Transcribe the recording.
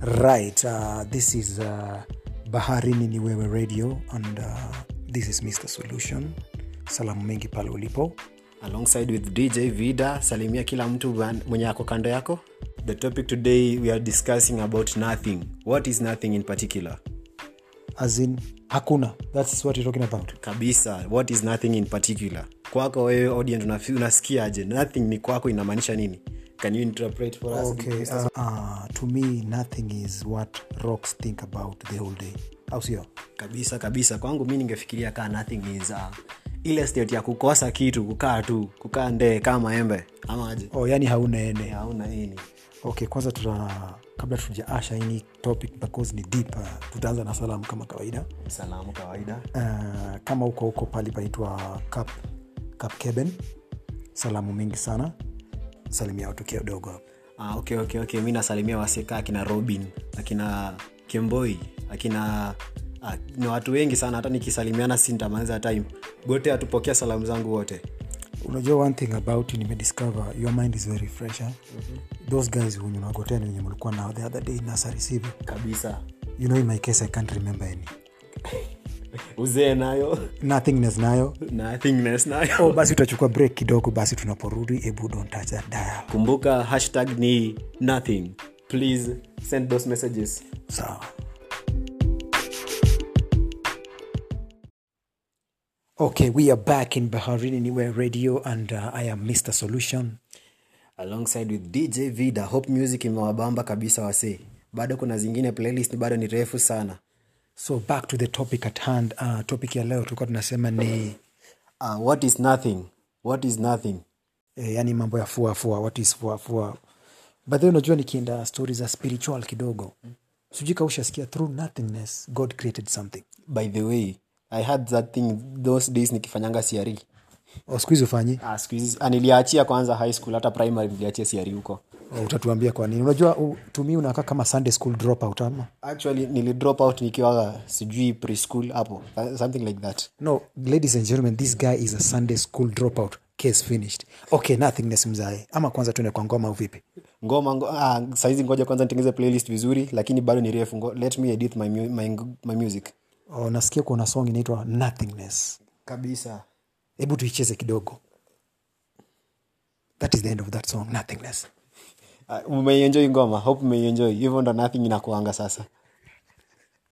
Right, uh, this is uh, Baharini ni Wewe Radio and uh, this is Mr. Solution. Salamu mengi pale ulipo. alongside with dj vida salimia kila mtu ban- mwenye ako kando yako the topic today we are discussing about nothing what is nothing in particular As in, hakuna. That's what you're talking about. kabisa what is nothing in particular kwako wewe audience unafi- unasikiaje nothing ni kwako inamaanisha nini can you interpret for us Okay, uh, uh, to me nothing is what rocks think about the whole day. Au sio? kabisa kabisa kwangu mi ningefikiria kaa nothing is uh, ile state ya kukosa kitu kukaa tu kukaa ndee kama embe ama aje Oh, yani hauna ene. hauna ini Okay, kwanza tuta kabla tujaasha ini topic because ni deep, uh, tutaanza na salamu kama kawaida. salamu kawaida uh, kama huko huko pali panaitwa Cap, Cap Keben. Salamu mingi sana, salimia watu kidogo hapo. ah, okay, okay, okay. mi nasalimia waseka akina robin akina kemboi akina ah, ni watu wengi sana hata nikisalimiana sintamaliza time gote atupokea salamu zangu wote Unajua one thing about you, nimediscover your mind is very fresh eh? mm-hmm. those guys wenye unagotea ni wenye mlikuwa nao the other day nursery sivi. kabisa You know in my case I can't remember any uzee nayo nothingness nayo. nothingness nayo Oh, basi utachukua break kidogo, basi tunaporudi, hebu don't touch that dial. kumbuka hashtag ni nothing please send those messages sawa okay we are back in baharini niwe radio and uh, i am mr solution alongside with dj vida hope music imewabamba kabisa wasee bado kuna zingine playlist bado ni refu sana so back to the topic at hand uh, topic ya leo tulikuwa tunasema ni uh, what is nothing what is nothing eh, yani mambo ya fuafua what is fuafua badhi unajua nikienda stori za spiritual kidogo sijui kaushasikia through nothingness god created something by the way i had that thing those days nikifanyanga siari o skuizi ufanyi ah, sikuizi ah, niliachia kwanza high school hata primary niliachia siari huko oh, utatuambia kwa nini unajua uh, tumii unakaa kama sunday school dropout ama actually nilidrop out nikiwa sijui preschool hapo uh, something like that no ladies and gentlemen this guy is a sunday school dropout case finished okay nothingness mzae ama kwanza tuende kwa ngoma au vipi ngoma ngo, ah, saizi ngoja kwanza nitengeze playlist vizuri lakini bado ni refu ngo, let me edit my, mu- my, ng- my music oh, nasikia kuna song inaitwa nothingness kabisa hebu tuicheze kidogo that is the end of that song nothingness Ah, umeienjoi ngoma hope umeienjoi hivyo ndo nothing inakuanga sasa